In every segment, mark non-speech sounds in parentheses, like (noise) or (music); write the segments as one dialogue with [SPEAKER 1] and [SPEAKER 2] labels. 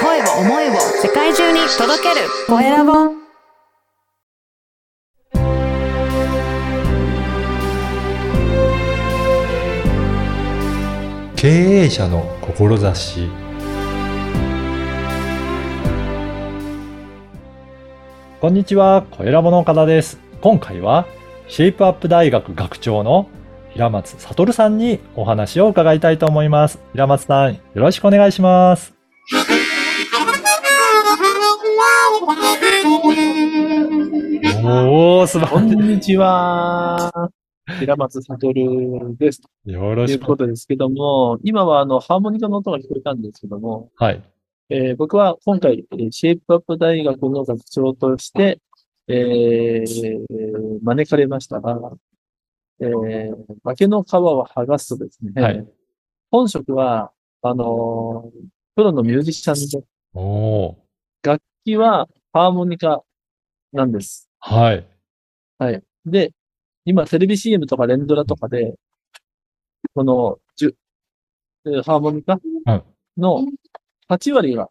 [SPEAKER 1] 声を思いを世界中に届けるコエラボ
[SPEAKER 2] 経営者の志
[SPEAKER 3] こんにちは、小ラボの岡田です。今回は、シェイプアップ大学学長の平松悟さんにお話を伺いたいと思います。平松さん、よろしくお願いします。おー、素晴
[SPEAKER 4] こ
[SPEAKER 3] ら
[SPEAKER 4] んにちは。平松悟です。と
[SPEAKER 3] しい。よろ
[SPEAKER 4] い
[SPEAKER 3] し
[SPEAKER 4] う
[SPEAKER 3] く
[SPEAKER 4] こ。とですけども、今はあの、ハーモニカの音が聞こえたんですけども、
[SPEAKER 3] はい。
[SPEAKER 4] えー僕は今回、えーシェイプアップ大学の学長として、えー招かれましたが、えー、化けの皮を剥がすとですね、
[SPEAKER 3] はい
[SPEAKER 4] 本職は、あのープロのミュージシャンで、
[SPEAKER 3] おー、
[SPEAKER 4] 楽器はハーモニカなんです。
[SPEAKER 3] はい。
[SPEAKER 4] で、今テレビ CM とか連ドラとかで、この、じゅ、えーハーモニカ
[SPEAKER 3] うん
[SPEAKER 4] の8割が、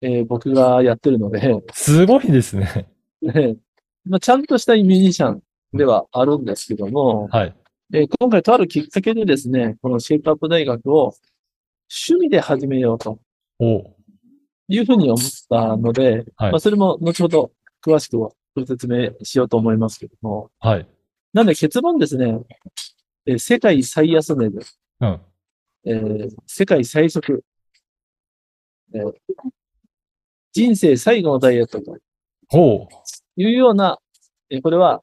[SPEAKER 4] えー僕がやってるので、 (laughs)
[SPEAKER 3] すごいですね。
[SPEAKER 4] ねまあ、ちゃんとしたミュージシャンではあるんですけども、
[SPEAKER 3] はい。
[SPEAKER 4] えー今回とあるきっかけでですね、このシェイプアップ大学を趣味で始めようと
[SPEAKER 3] おー、
[SPEAKER 4] いうふうに思ったので、
[SPEAKER 3] はい
[SPEAKER 4] まあ、それも後ほど詳しくご説明しようと思いますけども、
[SPEAKER 3] はい。
[SPEAKER 4] なんで結論ですね、えー世界最安値で、
[SPEAKER 3] うん。
[SPEAKER 4] えー世界最速、えー人生最後のダイエットと
[SPEAKER 3] おー、
[SPEAKER 4] いうような、えーこれは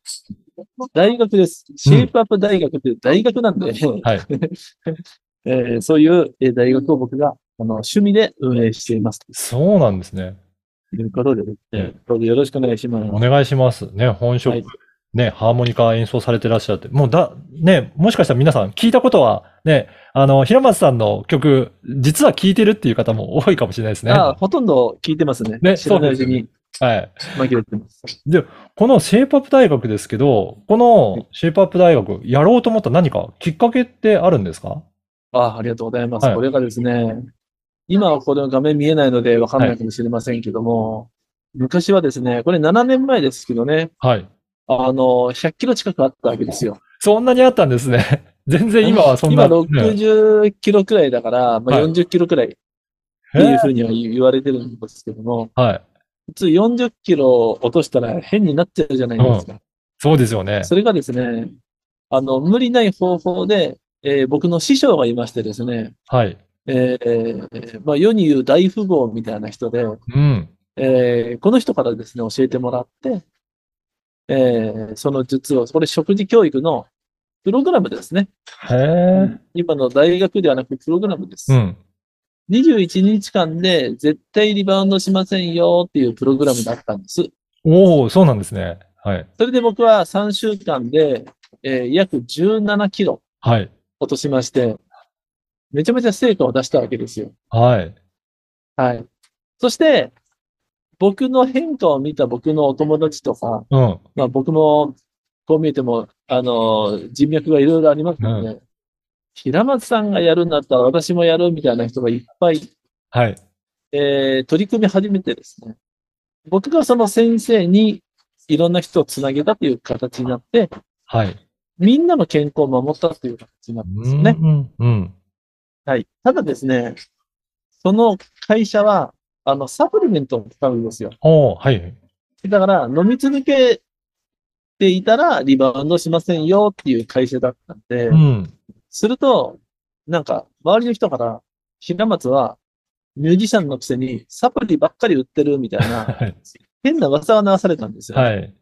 [SPEAKER 4] 大学です。シェイプアップ大学という大学なんで、
[SPEAKER 3] はい。
[SPEAKER 4] (laughs) えーそういうえー大学を僕があの趣味で運営していますと
[SPEAKER 3] そうなんですね。
[SPEAKER 4] いうことで、えーどうぞよろしくお願いします。
[SPEAKER 3] お願いします。ね、本職、
[SPEAKER 4] はい
[SPEAKER 3] ね、ハーモニカ演奏されてらっしゃって、もうだ、ね、もしかしたら皆さん聞いたことは、ね、あの、平松さんの曲、実は聴いてるっていう方も多いかもしれないですね。
[SPEAKER 4] あー
[SPEAKER 3] は
[SPEAKER 4] ほとんど聞いてますね。
[SPEAKER 3] ね
[SPEAKER 4] 知らないうちに
[SPEAKER 3] い。
[SPEAKER 4] 紛れてます。
[SPEAKER 3] このシェイプアップ大学ですけど、このシェイプアップ大学、やろうと思った何かきっかけってあるんですか
[SPEAKER 4] あありがとうございます。
[SPEAKER 3] はい
[SPEAKER 4] これがですね、今はこの画面見えないのでわかんないかもしれませんけども、昔はですね、これ7年前ですけどね、
[SPEAKER 3] はい。
[SPEAKER 4] あの、100キロ近くあったわけですよ。
[SPEAKER 3] そんなにあったんですね。 (laughs) 全然今はそんな。
[SPEAKER 4] 今60キロくらいだから、まあ、
[SPEAKER 3] はい
[SPEAKER 4] 40キロくらいって
[SPEAKER 3] ね
[SPEAKER 4] いうふうには言われてるんですけども、
[SPEAKER 3] えーはい。
[SPEAKER 4] 普通40キロ落としたら変になっちゃうじゃないですか。
[SPEAKER 3] そうですよね。
[SPEAKER 4] それがですね、あの、無理ない方法で、えー僕の師匠がいましてですね、
[SPEAKER 3] はい。
[SPEAKER 4] えーまあ、世に言う大富豪みたいな人で、
[SPEAKER 3] うん。
[SPEAKER 4] えーこの人からですね、教えてもらって、えーその術を、これ食事教育のプログラムですね。
[SPEAKER 3] へえ。
[SPEAKER 4] 今の大学ではなくプログラムです。
[SPEAKER 3] うん。
[SPEAKER 4] 21日間で絶対リバウンドしませんよっていうプログラムだったんです。
[SPEAKER 3] おおそうなんですね。はい。
[SPEAKER 4] それで僕は3週間で、えー約17キロ
[SPEAKER 3] はい。
[SPEAKER 4] 落としまして、めちゃめちゃ成果を出したわけですよ。
[SPEAKER 3] はい。
[SPEAKER 4] はい。そして、僕の変化を見た僕のお友達とか、
[SPEAKER 3] うん。
[SPEAKER 4] まあ僕も、こう見えても、あの、人脈がいろいろありますので、平松さんがやるんだったら私もやるみたいな人がいっぱい、
[SPEAKER 3] はい。
[SPEAKER 4] えー取り組み始めてですね、僕がその先生にいろんな人をつなげたという形になって、
[SPEAKER 3] はい。
[SPEAKER 4] みんなの健康を守ったという形になったんですよね。
[SPEAKER 3] うん。うん。
[SPEAKER 4] はい。ただですね、その会社は、あの、サプリメントを使うんですよ。
[SPEAKER 3] おーはい。
[SPEAKER 4] だから、飲み続けていたらリバウンドしませんよっていう会社だったんで、
[SPEAKER 3] うん。
[SPEAKER 4] すると、なんか、周りの人から、平松はミュージシャンのくせにサプリばっかり売ってるみたいな、
[SPEAKER 3] はい。
[SPEAKER 4] 変な噂が流されたんですよ。
[SPEAKER 3] はい。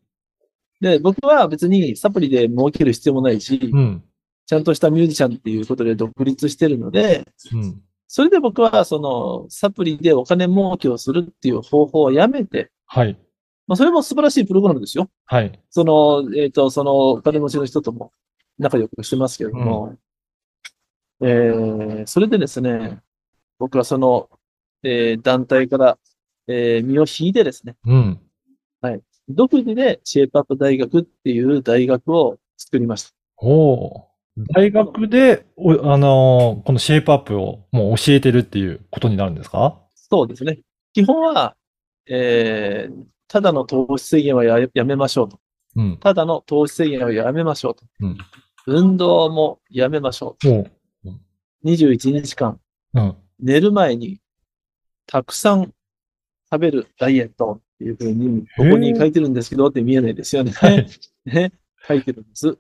[SPEAKER 4] で、僕は別にサプリで儲ける必要もないし、
[SPEAKER 3] (laughs) うん。
[SPEAKER 4] ちゃんとしたミュージシャンっていうことで独立してるので、
[SPEAKER 3] うん。
[SPEAKER 4] それで僕はそのサプリでお金儲けをするっていう方法をやめて、
[SPEAKER 3] はい。
[SPEAKER 4] まあそれも素晴らしいプログラムですよ。
[SPEAKER 3] はい。
[SPEAKER 4] その、えっ、と、その、お金持ちの人とも仲良くしてますけれども、えーそれでですね、僕はその、えー団体から、えー身を引いてですね、
[SPEAKER 3] うん。
[SPEAKER 4] 独自でシェイプアップ大学っていう大学を作りました。
[SPEAKER 3] おー大学で、おあのーこのシェイプアップをもう教えてるっていうことになるんですか
[SPEAKER 4] そうですね。基本は、えーただの投資制限はややめましょうと。
[SPEAKER 3] うん。
[SPEAKER 4] ただの投資制限はやめましょうと。
[SPEAKER 3] うん
[SPEAKER 4] 運動もやめましょ
[SPEAKER 3] も
[SPEAKER 4] う。21日間、
[SPEAKER 3] う、うん。
[SPEAKER 4] 寝る前に、たくさん食べるダイエットっていうふうに、ここに書いてるんですけどって見えないですよね。
[SPEAKER 3] はい。
[SPEAKER 4] (laughs) ね、書いてるんです。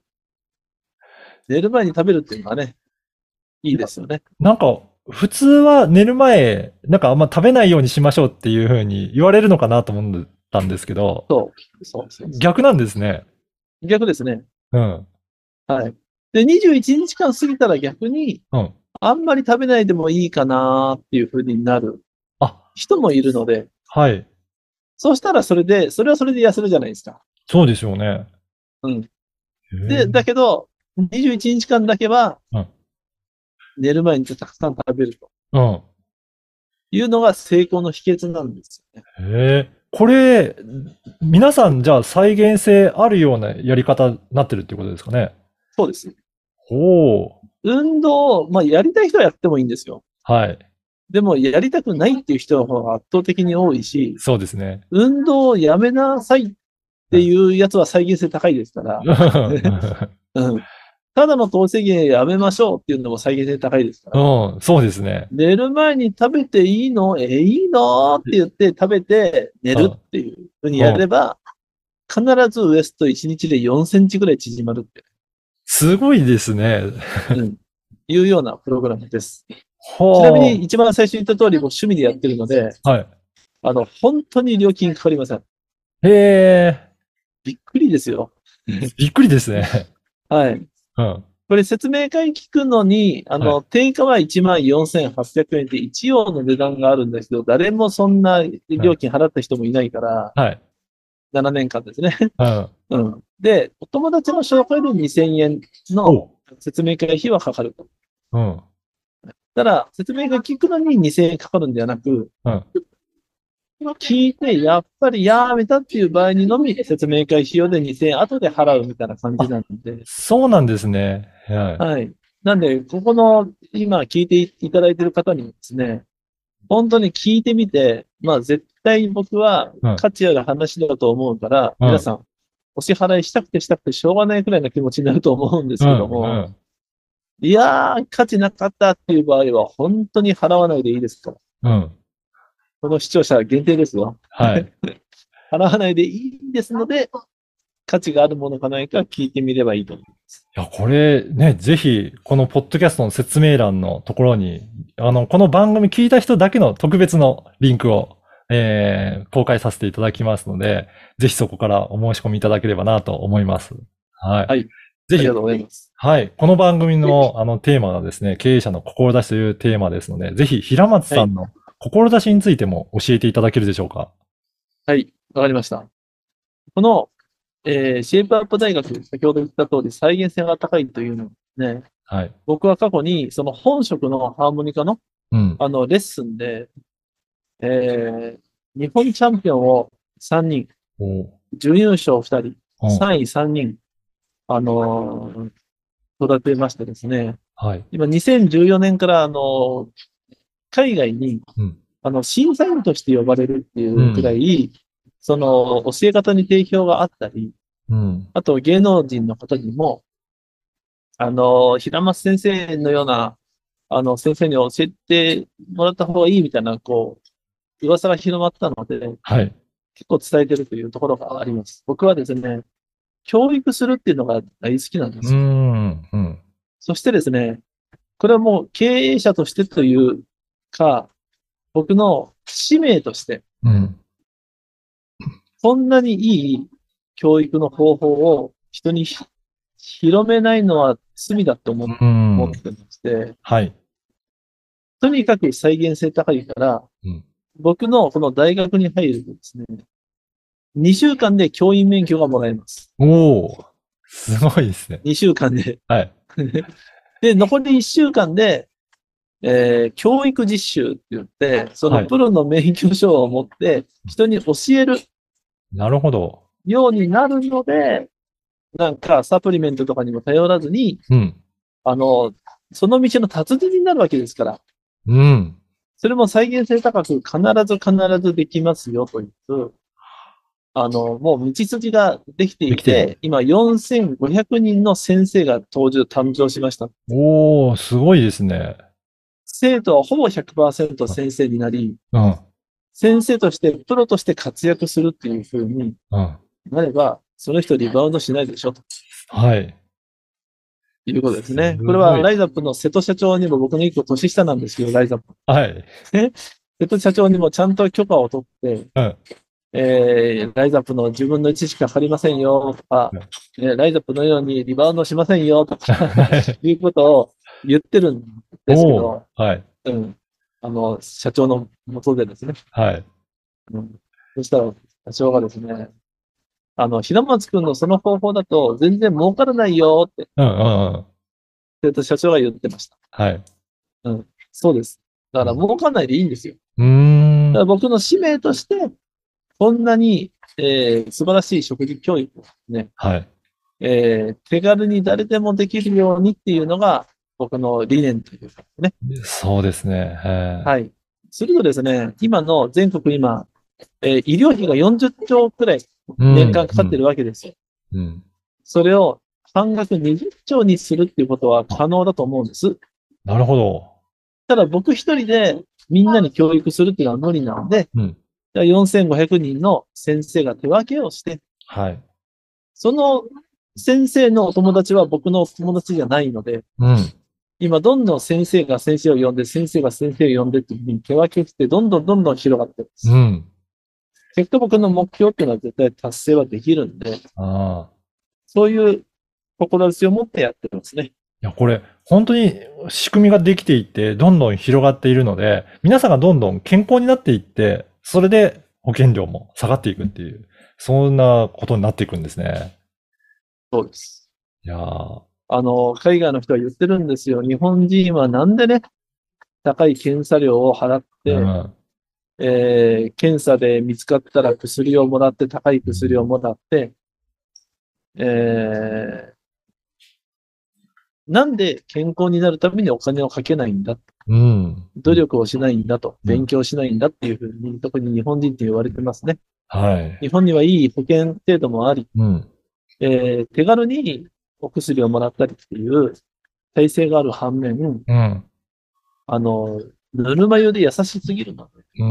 [SPEAKER 4] 寝る前に食べるっていうのはね、いいですよね。
[SPEAKER 3] なんか、普通は寝る前、なんかあんま食べないようにしましょうっていうふうに言われるのかなと思ったんですけど、
[SPEAKER 4] そう、そうそうそう
[SPEAKER 3] 逆なんですね。
[SPEAKER 4] 逆ですね。
[SPEAKER 3] うん。
[SPEAKER 4] はい。で、21日間過ぎたら逆に、
[SPEAKER 3] うん。
[SPEAKER 4] あんまり食べないでもいいかなっていうふうになる
[SPEAKER 3] あ、
[SPEAKER 4] 人もいるので、
[SPEAKER 3] はい。
[SPEAKER 4] そうしたらそれで、それはそれで痩せるじゃないですか。
[SPEAKER 3] そうでしょうね。
[SPEAKER 4] うん
[SPEAKER 3] へ
[SPEAKER 4] で、
[SPEAKER 3] ー
[SPEAKER 4] だけど、21日間だけは
[SPEAKER 3] うん、
[SPEAKER 4] 寝る前にたくさん食べると
[SPEAKER 3] うん。
[SPEAKER 4] いうのが成功の秘訣なんですよね。
[SPEAKER 3] へえ、これ、皆さんじゃあ再現性あるようなやり方になってるってことですかね。
[SPEAKER 4] そうです。
[SPEAKER 3] ほう。
[SPEAKER 4] 運動を、まあ、やりたい人はやってもいいんですよ。
[SPEAKER 3] はい。
[SPEAKER 4] でも、やりたくないっていう人の方が圧倒的に多いし、
[SPEAKER 3] そうですね。 (laughs)
[SPEAKER 4] 運動をやめなさいっていうやつは再現性高いですから、
[SPEAKER 3] う
[SPEAKER 4] うん、ただの糖制限やめましょうっていうのも再現性高いですから、
[SPEAKER 3] ん、そうですね。
[SPEAKER 4] 寝る前に食べていいのえー、いいのって言って食べて寝るっていうふうにやれば、必ずウエスト1日で4センチぐらい縮まるって、
[SPEAKER 3] すごいですね。
[SPEAKER 4] うん、いうようなプログラムです。
[SPEAKER 3] は
[SPEAKER 4] ちなみに一番最初に言った通り、僕趣味でやってるので、
[SPEAKER 3] あ。はい。
[SPEAKER 4] あの、本当に料金かかりません。
[SPEAKER 3] へえ、
[SPEAKER 4] びっくりですよ。
[SPEAKER 3] びっくりですね。 (laughs)
[SPEAKER 4] はい。
[SPEAKER 3] うん。
[SPEAKER 4] これ説明会聞くのに、あの、定価は14,800円で一応の値段があるんですけど、誰もそんな料金払った人もいないから、
[SPEAKER 3] はい。
[SPEAKER 4] 7年間ですね。
[SPEAKER 3] うん。
[SPEAKER 4] うん。で、お友達の紹介で2,000円の
[SPEAKER 3] お
[SPEAKER 4] 説明会費はかかると。
[SPEAKER 3] うん。
[SPEAKER 4] ただ、説明会聞くのに2,000円かかるんではなく、
[SPEAKER 3] うん
[SPEAKER 4] 聞いて、やっぱりやめたっていう場合にのみ、説明会費用で2,000円後で払うみたいな感じなんで。
[SPEAKER 3] そうなんですね。は
[SPEAKER 4] はい。なんで、ここの、今聞いていただいている方にもですね、本当に聞いてみて、まあ絶対僕は
[SPEAKER 3] うん
[SPEAKER 4] 価値ある話だと思うから、
[SPEAKER 3] うん
[SPEAKER 4] 皆さん、お支払いしたくてしたくてしょうがないくらいの気持ちになると思うんです
[SPEAKER 3] い。
[SPEAKER 4] けど
[SPEAKER 3] う
[SPEAKER 4] も、
[SPEAKER 3] んうん
[SPEAKER 4] いやー、価値なかったっていう場合は、本当に払わないでいいですから。
[SPEAKER 3] うん。
[SPEAKER 4] この視聴者限定ですよ。
[SPEAKER 3] はい。
[SPEAKER 4] 払わないでいいですので、価値があるものかないか聞いてみればいいと思います。
[SPEAKER 3] いや、これね、ぜひ、このポッドキャストの説明欄のところに、あの、この番組聞いた人だけの特別のリンクを、えー公開させていただきますので、ぜひそこからお申し込みいただければなと思います。はい。
[SPEAKER 4] はいあ
[SPEAKER 3] ぜ
[SPEAKER 4] り
[SPEAKER 3] ひ
[SPEAKER 4] がと、うございます。
[SPEAKER 3] はい。この番組の、あの、テーマがですね、経営者の志というテーマですので、ぜひ、平松さんの志についても教えていただけるでしょうか。
[SPEAKER 4] はい、わかりました。この、えーシェイプアップ大学、先ほど言った通り再現性が高いというのはね、
[SPEAKER 3] はい。
[SPEAKER 4] 僕は過去にその本職のハーモニカの
[SPEAKER 3] うん。
[SPEAKER 4] あのレッスンで、えー日本チャンピオンを3人、
[SPEAKER 3] おう
[SPEAKER 4] 準優勝2人、
[SPEAKER 3] うん
[SPEAKER 4] 3位3人、あのー育てましてですね、
[SPEAKER 3] はい。
[SPEAKER 4] 今2014年からあの海外に
[SPEAKER 3] うん。
[SPEAKER 4] あの、審査員として呼ばれるっていうくらい、その、教え方に定評があったり、
[SPEAKER 3] うん。
[SPEAKER 4] あと芸能人の方にも、あの、平松先生のような、あの、先生に教えてもらった方がいいみたいな、こう、噂が広まったので、
[SPEAKER 3] はい。
[SPEAKER 4] 結構伝えてるというところがあります。僕はですね、教育するっていうのが大好きなんで
[SPEAKER 3] う
[SPEAKER 4] す
[SPEAKER 3] ー
[SPEAKER 4] よ。
[SPEAKER 3] ん。うん。
[SPEAKER 4] そしてですね、これはもう経営者としてというか、僕の使命として、
[SPEAKER 3] うん。
[SPEAKER 4] こんなにいい教育の方法を人にひ広めないのは罪だと思っ
[SPEAKER 3] うん。
[SPEAKER 4] 思ってまして、
[SPEAKER 3] はい。
[SPEAKER 4] とにかく再現性高いから
[SPEAKER 3] うん、
[SPEAKER 4] 僕のこの大学に入るとですね、2週間で教員免許がもらえます。
[SPEAKER 3] おお、すごいですね。
[SPEAKER 4] 2週間で。
[SPEAKER 3] はい。
[SPEAKER 4] で、残り1週間で、えー教育実習って言って、その
[SPEAKER 3] はい
[SPEAKER 4] プロの免許証を持って、人に教える
[SPEAKER 3] なるほど。
[SPEAKER 4] ようになるので、なんかサプリメントとかにも頼らずに、
[SPEAKER 3] うん。
[SPEAKER 4] あの、その道の達人になるわけですから。
[SPEAKER 3] うん。
[SPEAKER 4] それも再現性高く必ず必ずできますよという、あの、もう道筋ができてい
[SPEAKER 3] できて
[SPEAKER 4] て、今4500人の先生が登場、誕生しました。
[SPEAKER 3] おー、すごいですね。
[SPEAKER 4] 生徒はほぼ100%先生になり、
[SPEAKER 3] うん。
[SPEAKER 4] 先生として、プロとして活躍するっていう風に
[SPEAKER 3] うん。
[SPEAKER 4] なれば、その人リバウンドしないでしょ、と
[SPEAKER 3] はい。
[SPEAKER 4] いうことです
[SPEAKER 3] す
[SPEAKER 4] ね。
[SPEAKER 3] ごい
[SPEAKER 4] これはライザップの瀬戸社長にも僕の一個年下なんですけど、ライザップ。
[SPEAKER 3] はい。
[SPEAKER 4] 瀬戸社長にもちゃんと許可を取って、
[SPEAKER 3] うん
[SPEAKER 4] えー、ライザップの自分の位置しか借りませんよ、とか、
[SPEAKER 3] うん
[SPEAKER 4] えーライザップのようにリバウンドしませんよ、とか、
[SPEAKER 3] はい
[SPEAKER 4] いうことを言ってるんですけ
[SPEAKER 3] おー
[SPEAKER 4] ど、
[SPEAKER 3] はい。
[SPEAKER 4] うん。あの、社長の元でですね。
[SPEAKER 3] はい。
[SPEAKER 4] うんそしたら、社長がですね、あの、平松くんのその方法だと全然儲からないよって、
[SPEAKER 3] うんうんうん。
[SPEAKER 4] えっと社長が言ってました。
[SPEAKER 3] はい。
[SPEAKER 4] そうです。だから儲からないでいいんですよ。
[SPEAKER 3] うー
[SPEAKER 4] だ
[SPEAKER 3] ん
[SPEAKER 4] か。ら僕の使命として、こんなに、えー素晴らしい食事教育をね、
[SPEAKER 3] はい。
[SPEAKER 4] えー手軽に誰でもできるようにっていうのが僕の理念というかね。
[SPEAKER 3] そうですね。は
[SPEAKER 4] はい。するとですね、今の全国今、えー医療費が40兆くらい年間かかってるわけですよ。
[SPEAKER 3] い。うん。
[SPEAKER 4] それを半額20兆にするっていうことは可能だと思うんです。
[SPEAKER 3] なるほど。
[SPEAKER 4] ただ僕一人でみんなに教育するっていうのは無理なので、
[SPEAKER 3] うん。
[SPEAKER 4] じゃあ4500人の先生が手分けをして、
[SPEAKER 3] はい。
[SPEAKER 4] その先生のお友達は僕のお友達じゃないので、
[SPEAKER 3] うん。
[SPEAKER 4] 今どんどん先生が先生を呼んで、先生が先生を呼んでっていうふうに手分けして、どんどんどんどん広がってるんです。
[SPEAKER 3] うん。
[SPEAKER 4] 結果僕の目標っていうのは絶対達成はできるんで、
[SPEAKER 3] ああ。
[SPEAKER 4] そういう志を持ってやってますね。
[SPEAKER 3] いや、これ、本当に仕組みができていって、どんどん広がっているので、皆さんがどんどん健康になっていって、それで保険料も下がっていくっていう、そんなことになっていくんですね。
[SPEAKER 4] そうです。
[SPEAKER 3] いやー
[SPEAKER 4] あの、海外の人は言ってるんですよ。日本人はなんでね、高い検査料を払って、
[SPEAKER 3] うん。
[SPEAKER 4] えー検査で見つかったら薬をもらって、高い薬をもらって、えーなんで健康になるためにお金をかけないんだ、
[SPEAKER 3] うん。
[SPEAKER 4] 努力をしないんだと、
[SPEAKER 3] うん
[SPEAKER 4] 勉強しないんだっていうふうに、特に日本人って言われてますね。
[SPEAKER 3] はい。
[SPEAKER 4] 日本にはいい保険制度もあり、
[SPEAKER 3] うん。
[SPEAKER 4] えー手軽にお薬をもらったりっていう体制がある反面、
[SPEAKER 3] うん。
[SPEAKER 4] あの、ぬるま湯で優しすぎるので、
[SPEAKER 3] う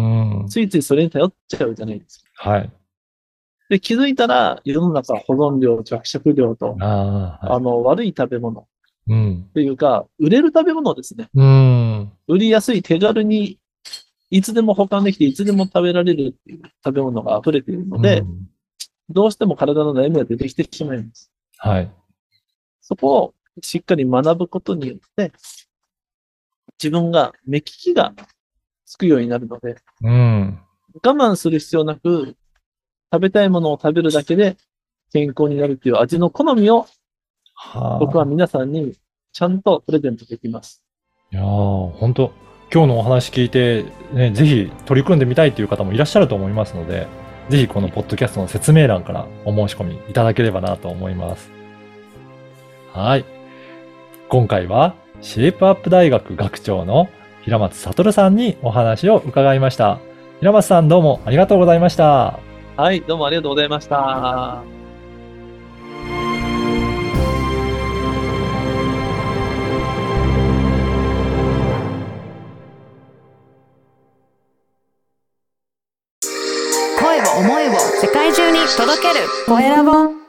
[SPEAKER 3] ん。
[SPEAKER 4] ついついそれに頼っちゃうじゃないですか。
[SPEAKER 3] はい。
[SPEAKER 4] で、気づいたら、世の中は保存料、着色料と、
[SPEAKER 3] ああ、は
[SPEAKER 4] あの、悪い食べ物
[SPEAKER 3] い。うん。
[SPEAKER 4] というか、売れる食べ物ですね。
[SPEAKER 3] うん。
[SPEAKER 4] 売りやすい、手軽に、いつでも保管できて、いつでも食べられるっていう食べ物が溢れているので、
[SPEAKER 3] うん
[SPEAKER 4] どうしても体の悩みが出てきてしまいます。
[SPEAKER 3] はい。
[SPEAKER 4] そこをしっかり学ぶことによって、自分が目利きがつくようになるので、
[SPEAKER 3] うん。
[SPEAKER 4] 我慢する必要なく、食べたいものを食べるだけで健康になるっていう味の好みを
[SPEAKER 3] はあ。
[SPEAKER 4] 僕は皆さんにちゃんとプレゼントできます。
[SPEAKER 3] いやー、本当今日のお話聞いて、ね、ぜひ取り組んでみたいという方もいらっしゃると思いますので、ぜひこのポッドキャストの説明欄からお申し込みいただければなと思います。はい。今回は、シェイプアップ大学学長の平松悟さんにお話を伺いました。平松さんどうもありがとうございました。
[SPEAKER 4] はい、どうもありがとうございました。
[SPEAKER 1] 声を思いを世界中に届けるコエラボ